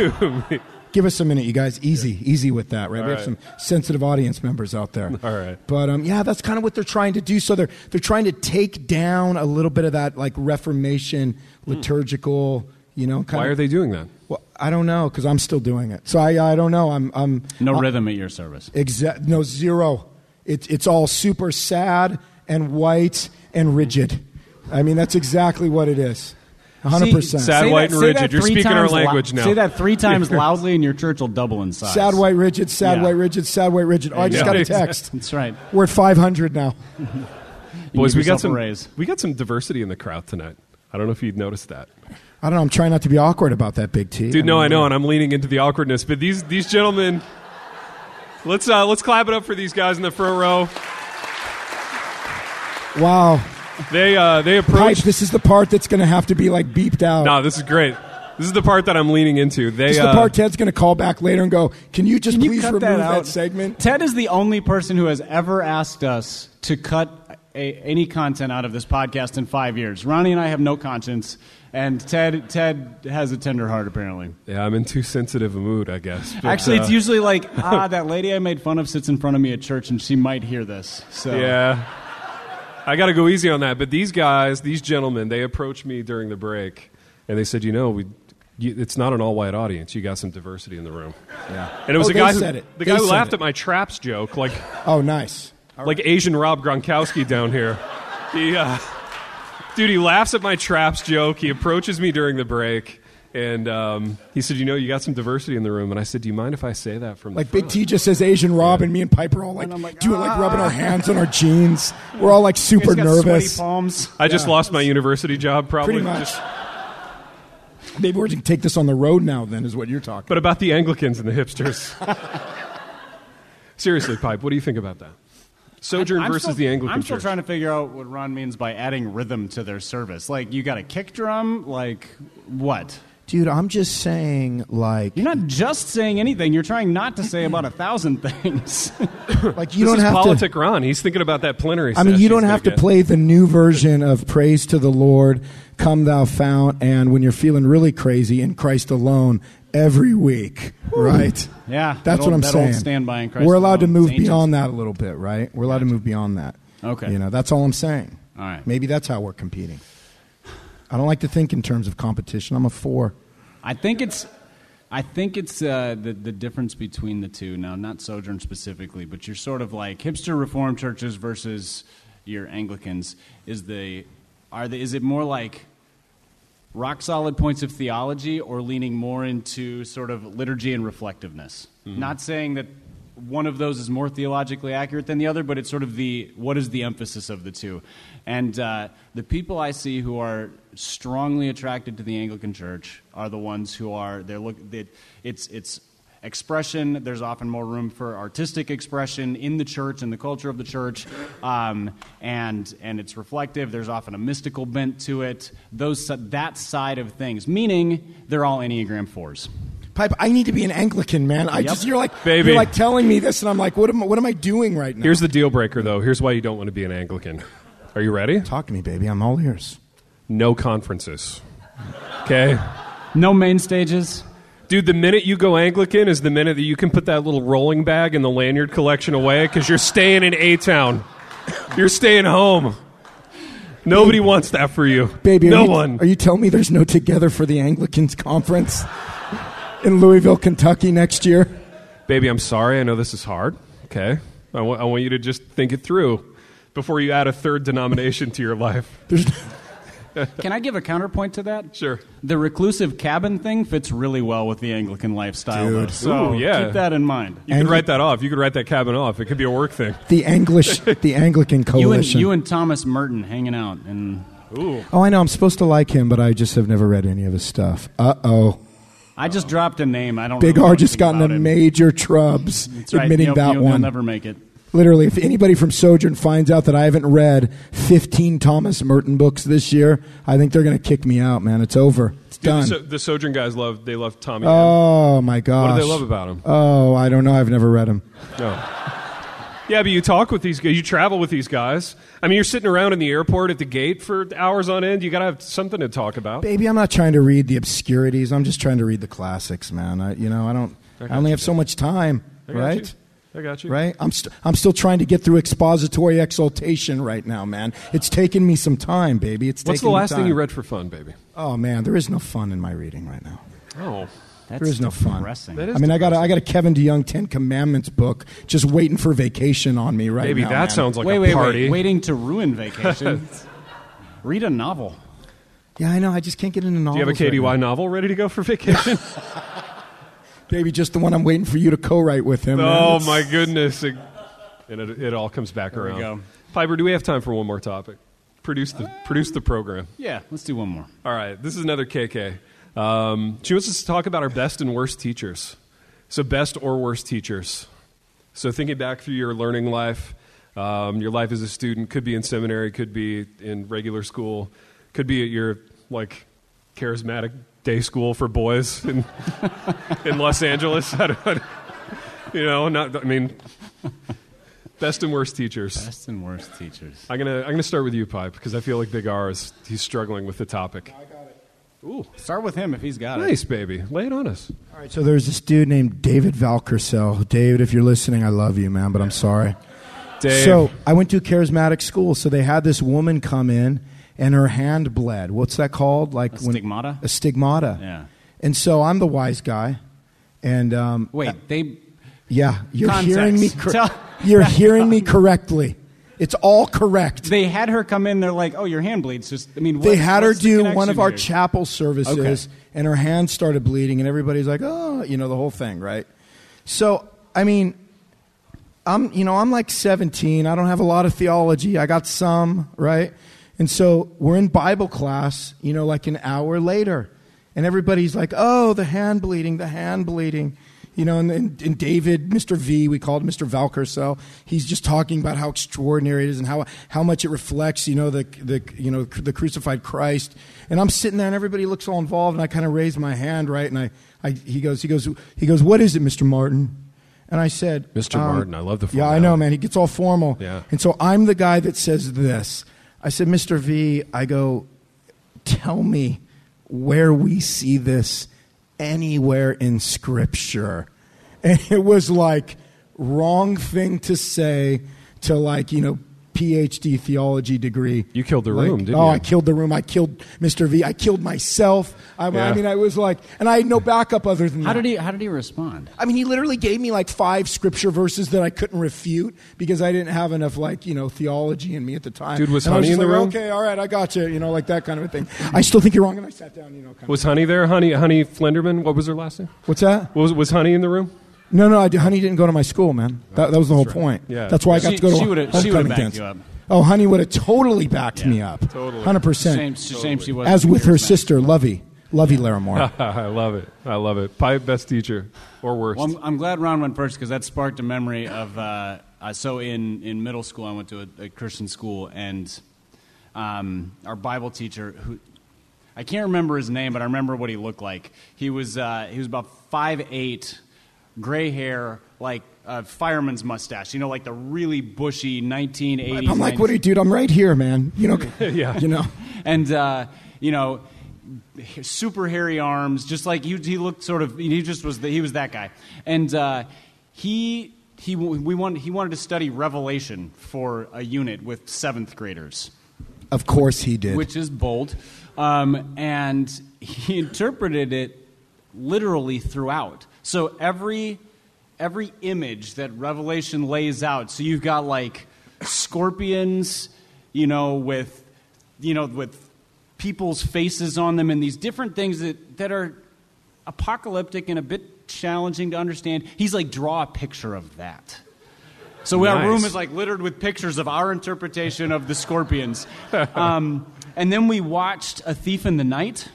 Give us a minute, you guys. Easy, easy with that, right? we right. have some sensitive audience members out there. All right. But um, yeah, that's kind of what they're trying to do. So they're they're trying to take down a little bit of that like Reformation liturgical, you know. Kind Hmm. Why of, are they doing that? Well, I don't know because I'm still doing it. So I I don't know. I'm I'm No I'm- rhythm at your service. Exact. No zero. It, it's all super sad and white and rigid. I mean, that's exactly what it is. A Hundred percent. sad- say white, and say that rigid. You're three speaking our times lou- language now. Say that three times loudly, and your church will double in size. Sad, white, rigid. Sad, Yeah. white, rigid. Sad, white, rigid. Oh, I just you got go. a text. *laughs* That's right. We're at 500 now. You Boys, give we got yourself a some raise. we got some diversity in the crowd tonight. I don't know if you've noticed that, I don't know. I'm trying not to be awkward about that, Big T. dude. No, I know, and I'm leaning into the awkwardness. But these these gentlemen, let's uh, let's clap it up for these guys in the front row. Wow. They uh, they Pipe, approached. this is the part that's going to have to be like beeped out. No, this is great. This is the part that I'm leaning into. They this is the uh, part Ted's going to call back later and go, can you just Can you please cut remove that that, out? segment? Ted is the only person who has ever asked us to cut a, any content out of this podcast in five years. Ronnie and I have no conscience, and Ted Ted has a tender heart apparently. yeah, I'm in too sensitive a mood, I guess. But, Actually, it's uh, usually *laughs* like, ah, that lady I made fun of sits in front of me at church, and she might hear this. So Yeah. I got to go easy on that. But these guys, these gentlemen, they approached me during the break and they said, you know, we, you, it's not an all white audience. You got some diversity in the room. Yeah. And it was Oh, the they guy who, said it. The They guy who said laughed it. at my traps joke, *laughs* like, Oh, nice. like Asian Rob Gronkowski down here. He, uh, dude, he laughs at my traps joke. He approaches me during the break. And um, he said, "You know, you got some diversity in the room." And I said, "Do you mind if I say that from Like the Big front? T just says Asian Rob, and me and Piper all like, And I'm like, doing like rubbing "Ah." our *laughs* hands on our jeans. We're all like You guys super got nervous. Sweaty palms. I just lost my university job, probably. Pretty much. Just- Maybe we're going to take this on the road now. Then is what you're talking. But about the Anglicans and the *laughs* hipsters. Seriously, Pipe, what do you think about that? Sojourn I'm versus still- the Anglican I'm still Church. trying to figure out what Ron means by adding rhythm to their service. Like you got a kick drum, like what? Dude, I'm just saying, like, You're not just saying anything. You're trying not to say about a thousand *laughs* things. like you this don't is have to. politic Ron. He's thinking about that plenary. I mean, session you don't he's have to gonna get. play the new version of "Praise to the Lord, Come Thou Fount," and when you're feeling really crazy in Christ alone every week, right? Yeah, that that's old- what I'm that old saying. standby in Christ We're allowed to alone. move It's ancient. beyond that a little bit, right? We're allowed to move beyond that. Okay. you know, that's all I'm saying. All right. maybe that's how we're competing. I don't like to think in terms of competition. I'm a four. I think it's, I think it's uh, the the difference between the two. Now, not Sojourn specifically, but you're sort of like hipster Reformed churches versus your Anglicans. Is the are the is it more like rock solid points of theology or leaning more into sort of liturgy and reflectiveness. Not saying that one of those is more theologically accurate than the other, but it's sort of the what is the emphasis of the two. And uh, the people I see who are strongly attracted to the Anglican Church are the ones who are they're look they, it's it's expression. There's often more room for artistic expression in the church and the culture of the church, um, and and it's reflective. There's often a mystical bent to it. Those that side of things, meaning they're all Enneagram fours. Pipe, I need to be an Anglican, man. I Yep. just you're like Baby. you're like telling me this, and I'm like, what am what am I doing right now? Here's the deal breaker, though. Here's why you don't want to be an Anglican. Are you ready? Talk to me, baby. I'm all ears. No conferences. Okay. No main stages. Dude, the minute you go Anglican is the minute that you can put that little rolling bag and the lanyard collection away because you're staying in A Town. You're staying home. Nobody wants that for you. Baby, are no you, one. Are you telling me there's no together for the Anglicans conference in Louisville, Kentucky next year? Baby, I'm sorry. I know this is hard. Okay. I wa- I want you to just think it through before you add a third denomination to your *laughs* life. There's Can I give a counterpoint to that? Sure. The reclusive cabin thing fits really well with the Anglican lifestyle. though. Dude. So Ooh, yeah. keep that in mind. You could Angli- write that off. You could write that cabin off. It could be a work thing. the English, the *laughs* Anglican You and coalition. you and Thomas Merton hanging out and. oh, I know. I'm supposed to like him, but I just have never read any of his stuff. Uh oh. I just dropped a name. I don't. Big really R know just anything got into about him. major trubs That's right. admitting You'll- that you'll- You'll one. never make it. Literally, if anybody from Sojourn finds out that I haven't read 15 Thomas Merton books this year, I think they're going to kick me out, man. It's over. It's Dude, done. the, so- the Sojourn guys love. They love Tommy. oh, my gosh. do they love about him? Oh, I don't know. I've never read him. No. Yeah, but you talk with these guys. You travel with these guys. I mean, you're sitting around in the airport at the gate for hours on end. You got to have something to talk about. Baby, I'm not trying to read the obscurities. I'm just trying to read the classics, man. I, you know, I don't. I, got only you, have so much time, I got right? You. I got you. Right? I'm st- I'm still trying to get through expository exaltation right now, man. It's taking me some time, baby. It's What's the taking me last thing time. you read for fun, baby? Oh man, there is no fun in my reading right now. Oh, That's There is no fun. depressing. That is- I mean, I got a, I got a Kevin DeYoung Ten Commandments book just waiting for vacation on me right baby, now. that man. sounds like wait, a wait, party. wait. Waiting to ruin *laughs* vacation. Read a novel. Yeah, I know. I just can't get into novels. Do you have a KDY right novel ready to go for vacation? now. baby? Just the one I'm waiting for you to co-write with him. man. oh It's- my goodness! It- And it, it all comes back we around. go. Piper, do we have time for one more topic? Produce the produce the program. Yeah, let's do one more. All right, this is another KK. Um, she wants us to talk about our best and worst teachers. So, best or worst teachers. So, thinking back through your learning life, um, your life as a student could be in seminary, could be in regular school, could be at your like charismatic day school for boys in, *laughs* in Los Angeles. *laughs* I don't, you know, not. I mean, best and worst teachers. Best and worst teachers. I'm gonna I'm gonna start with you, Pipe, because I feel like Big R is he's struggling with the topic. Ooh, Start with him if he's got it. nice baby. Lay it on us. All right, so there's this dude named David Valkersell. David, if you're listening, I love you, man, but I'm sorry. Dave. So I went to a charismatic school, so they had this woman come in, and her hand bled. What's that called? Like A stigmata? A stigmata. Yeah. And so I'm the wise guy, and um, Wait, they. yeah, you're Context. hearing me. cor- Tell- *laughs* you're hearing me correctly. It's all correct. They had her come in. They're like, "Oh, your hand bleeds." Just, I mean, what, they had her what's the do one connection of our here? chapel services Okay. and her hand started bleeding and everybody's like oh you know the whole thing right so i mean i'm you know i'm like 17 i don't have a lot of theology i got some right and so we're in bible class you know like an hour later and everybody's like oh the hand bleeding the hand bleeding You know, and, and, and David, Mr. V, we called him Mr. Valkersel. He's just talking about how extraordinary it is and how, how much it reflects, you know, the, the, you know, the crucified Christ. And I'm sitting there and everybody looks all involved and I kind of raise my hand, right? And I, I, he goes, he goes, he goes, what is it, Mr. Martin? And I said, Mr. Martin, I love the Um, Yeah, I formality. know, man. He gets all formal. Yeah. And so I'm the guy that says this. I said, Mr. V, I go, tell me where we see this anywhere in Scripture. *laughs* And it was like, wrong thing to say to, like, you know, PhD theology degree. You killed the room, didn't oh, you? I killed the room. I killed Mr. V. I killed myself. I, Yeah. I mean, I was like, and I had no backup other than How that. did he? How did he respond? I mean, he literally gave me like five scripture verses that I couldn't refute because I didn't have enough like you know theology in me at the time. Dude, was and I Honey just in the like, room? Okay, all right, I got you. You know, like that kind of a thing. I still think you're wrong, and I sat down. You know, kind Was Honey there? Honey, Honey Flenderman. What was her last name? of. What's that? Was was Honey in the room? *laughs* No, no, I, honey didn't go to my school, man. Oh, That, that was the whole point. Yeah. that's why I got She- to go to she would've- she homecoming would've backed dance. you up. Oh, honey would have totally backed me up. totally. hundred Same, percent. same she was. As with her sister. sister, Lovey, Lovey *laughs* Larimore. I love it. I love it. Probably best teacher or worst. Well, I'm, I'm glad Ron went first because that sparked a memory of. Uh, uh, so in, in middle school, I went to a, a Christian school, and um, our Bible teacher, who I can't remember his name, but I remember what he looked like. He was uh, he was about five eight, gray hair, like a fireman's mustache. You know, like the really bushy 1980s. I'm like, what, 90s are you, dude? I'm right here, man. *laughs* You know, Yeah. You know. and uh, you know, super hairy arms, just like he, he looked sort of. He just was the, he was that guy, and uh, he he we wanted he wanted to study Revelation for a unit with seventh graders Of course he did. which is bold. Um, and he *laughs* interpreted it literally throughout. So every every image that Revelation lays out, so you've got like scorpions, you know, with you know with people's faces on them, and these different things that that are apocalyptic and a bit challenging to understand. He's like, draw a picture of that. So Nice. our room is like littered with pictures of our interpretation of the scorpions. *laughs* Um, and then we watched A Thief in the Night.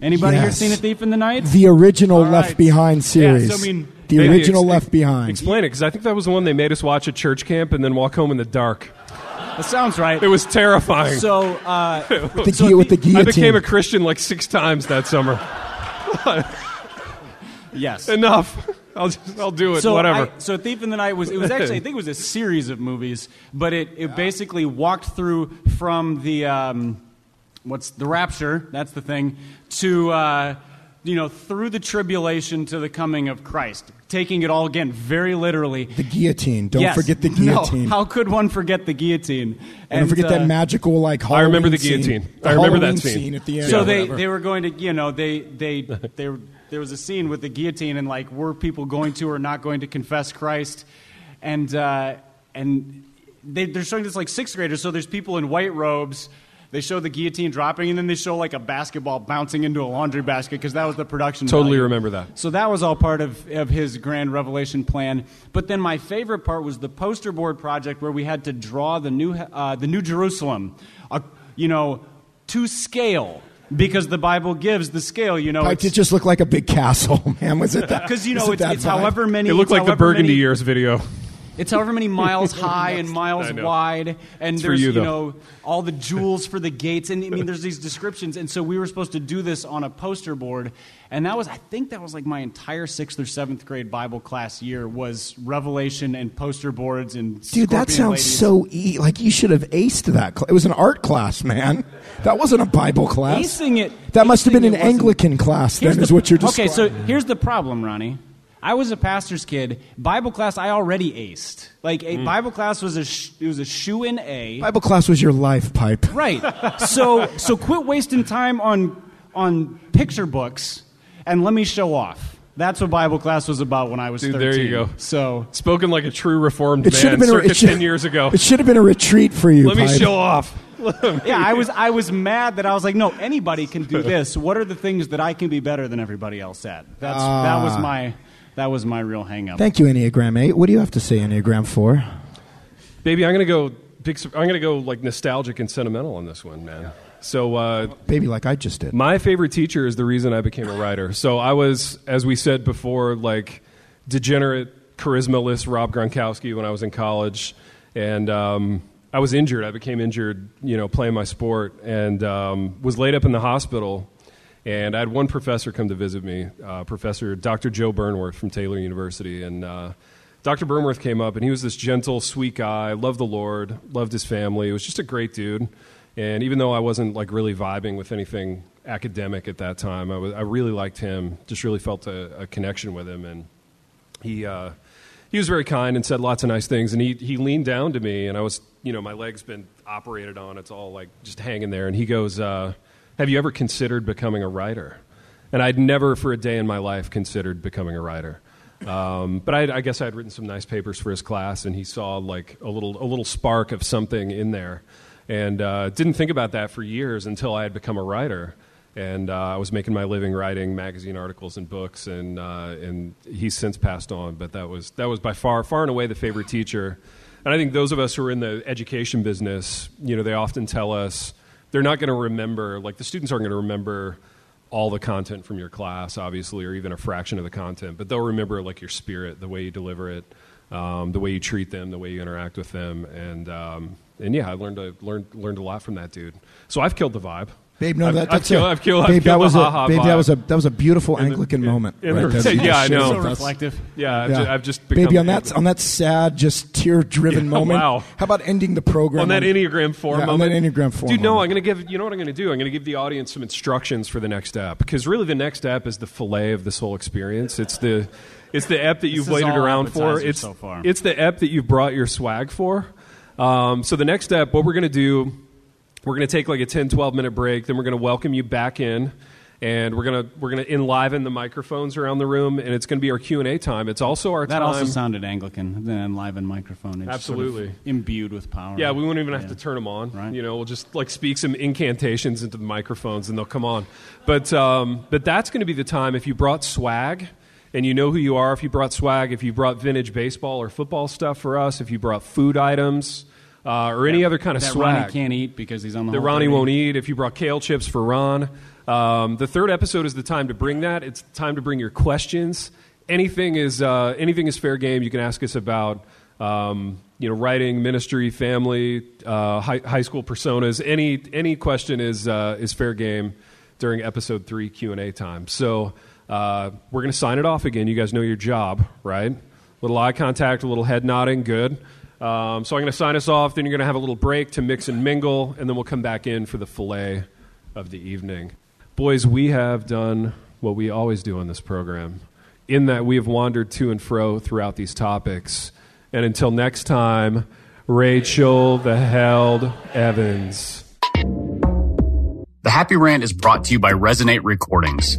Anybody Yes. here seen A Thief in the Night? The original All right. Left Behind series. Yeah, so, I mean, the Maybe original ex- Left Behind. Explain it, because I think that was the one they made us watch at church camp and then walk home in the dark. that sounds right. It was terrifying. So, *laughs* uh, with, the, so gui- with the the- I guillotine. became a Christian like six times that summer. *laughs* yes. Enough. I'll just, I'll do it. So Whatever. I, so Thief in the Night was it was actually I think it was a series of movies, but it, it basically walked through from the um, what's the rapture that's the thing to uh, you know through the tribulation to the coming of Christ, taking it all again very literally. the guillotine. Don't Yes. forget the guillotine. *laughs* No, how could one forget the guillotine? and don't forget that uh, magical like. Halloween I remember the scene. guillotine. The I remember that Halloween scene. at the end. So or they, whatever. they were going to, you know, they, they, they, were- there was a scene with the guillotine and like, were people going to or not going to confess Christ? And, uh, and they, they're showing this like sixth graders. So there's people in white robes. They show the guillotine dropping and then they show like a basketball bouncing into a laundry basket because that was the production. Totally value. remember that. So that was all part of, of his grand revelation plan. But then my favorite part was the poster board project where we had to draw the new, uh, the new Jerusalem, uh, you know, to scale because the Bible gives the scale, you know. Like, it just looked like a big castle, *laughs* man. Was it that? Because, Oh, you was know, it it's, that it's vibe? however many. it looked it's like the however Burgundy many- Years video. It's however *laughs* many miles high and miles I know. wide, and It's for there's you, you, though. know all the jewels for the gates, and I mean *laughs* there's these descriptions, and so we were supposed to do this on a poster board, and that was I think that was like my entire sixth or seventh grade Bible class year was Revelation and poster boards and Dude, that scorpion sounds ladies. so e- like you should have aced that. Cl- it was an art class, man. That wasn't a Bible class. Acing it- That must have acing been an it wasn't- Anglican class. Then Here's is the- what you're okay. describing. So here's the problem, Ronnie. I was a pastor's kid. Bible class I already aced. Like Mm. a Bible class was a sh- it was a shoe in A. Bible class was your life pipe. Right. So so quit wasting time on on picture books and let me show off. That's what Bible class was about when I was Dude, 13. there you go. So Spoken like a true reformed It should man have been a, circa it should- 10 years ago. It should have been a retreat for you. Let me Pipe. show off. *laughs* yeah, I was I was mad that I was like, no, anybody can do this. What are the things that I can be better than everybody else at? That's that was my that was my real hang up. Ah. Thank you, Enneagram Eight. What do you have to say, Enneagram Four? Baby, I'm going to go big, sur- I'm going to go like nostalgic and sentimental on this one, man. So uh, Baby, like I just did. My favorite teacher is the reason I became a writer. So I was, as we said before, like degenerate, charismaless Rob Gronkowski when I was in college, and um, I was injured. I became injured, you know, playing my sport, and um, was laid up in the hospital. And I had one professor come to visit me, uh, Professor Dr. Joe Burnworth from Taylor University, and uh, Dr. Burnworth came up, and he was this gentle, sweet guy. Loved the Lord, loved his family. He was just a great dude. And even though I wasn't like really vibing with anything academic at that time, I, was, I really liked him. Just really felt a, a connection with him, and he uh, he was very kind and said lots of nice things. And he he leaned down to me, and I was you know my leg's been operated on; it's all like just hanging there. And he goes, uh, "Have you ever considered becoming a writer?" And I'd never for a day in my life considered becoming a writer. Um, but I, I guess I had written some nice papers for his class, and he saw like a little a little spark of something in there, and uh, didn't think about that for years until I had become a writer, and uh, I was making my living writing magazine articles and books, and uh, and he's since passed on. But that was that was by far far and away the favorite teacher, and I think those of us who are in the education business, you know, they often tell us they're not going to remember like the students aren't going to remember all the content from your class, obviously, or even a fraction of the content, but they'll remember like your spirit, the way you deliver it, um, the way you treat them, the way you interact with them, and um, and yeah, I learned a, learned learned a lot from that dude. So I've killed the vibe. Babe, no, I've, that, I've that's killed, a, I've killed, babe, I've that killed was the a, ha-ha babe, vibe. that was a that was a beautiful Anglican moment. in right the- *laughs* there. yeah, I Shit, know. So that's- reflective. yeah, I've, Yeah. Just, I've just become Baby, on that angry. on that sad, just tear *laughs* driven Yeah, moment. wow. How about ending the program on that Enneagram four Yeah, on moment. that Enneagram four Dude, no, moment. I'm going to give, you know what I'm going to do? I'm going to give the audience some instructions for the next app because really the next app is the fillet of this whole experience. It's the, it's the app that you've is waited all around for. appetizers It's, so far. it's the app that you've brought your swag for. Um, so the next step, what we're going to do, we're going to take like a 10, 12 minute break. Then we're going to welcome you back in. And we're gonna we're gonna enliven the microphones around the room, and it's gonna be our Q and A time. It's also our That time. also sounded Anglican. The enlivened microphone. It's sort of Absolutely. imbued with power. Yeah, we won't even have Yeah. to turn them on. Right. You know, we'll just like speak some incantations into the microphones, and they'll come on. But um, but that's going to be the time if you brought swag, and you know who you are. If you brought swag, if you brought vintage baseball or football stuff for us, if you brought food items uh, or any other kind of that swag Ronnie can't eat because he's on the that whole Ronnie 30. won't eat, if you brought kale chips for Ron. Um, the third episode is the time to bring that. It's time to bring your questions. Anything is uh, anything is fair game. You can ask us about um, you know writing, ministry, family, uh, high, high school personas. Any any question is uh, is fair game during episode three Q and A time. So uh, we're going to sign it off again. You guys know your job, right? little eye contact, a little head nodding, good. Um, so I'm going to sign us off. Then you're going to have a little break to mix and mingle, and then we'll come back in for the fillet of the evening. Boys, we have done what we always do on this program, in that we have wandered to and fro throughout these topics. And until next time, Rachel the Held Evans. The Happy Rant is brought to you by Resonate Recordings.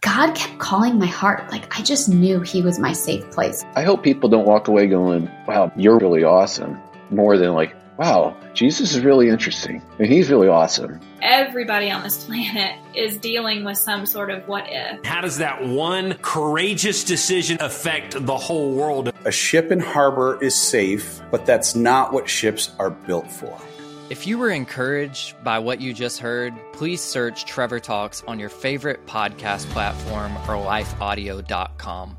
God kept calling my heart. Like, I just knew He was my safe place. I hope people don't walk away going, wow, you're really awesome, more than like, wow, Jesus is really interesting and he's really awesome. everybody on this planet is dealing with some sort of what if. How does that one courageous decision affect the whole world? A ship in harbor is safe, but that's not what ships are built for. If you were encouraged by what you just heard, please search Trevor Talks on your favorite podcast platform or lifeaudio.com.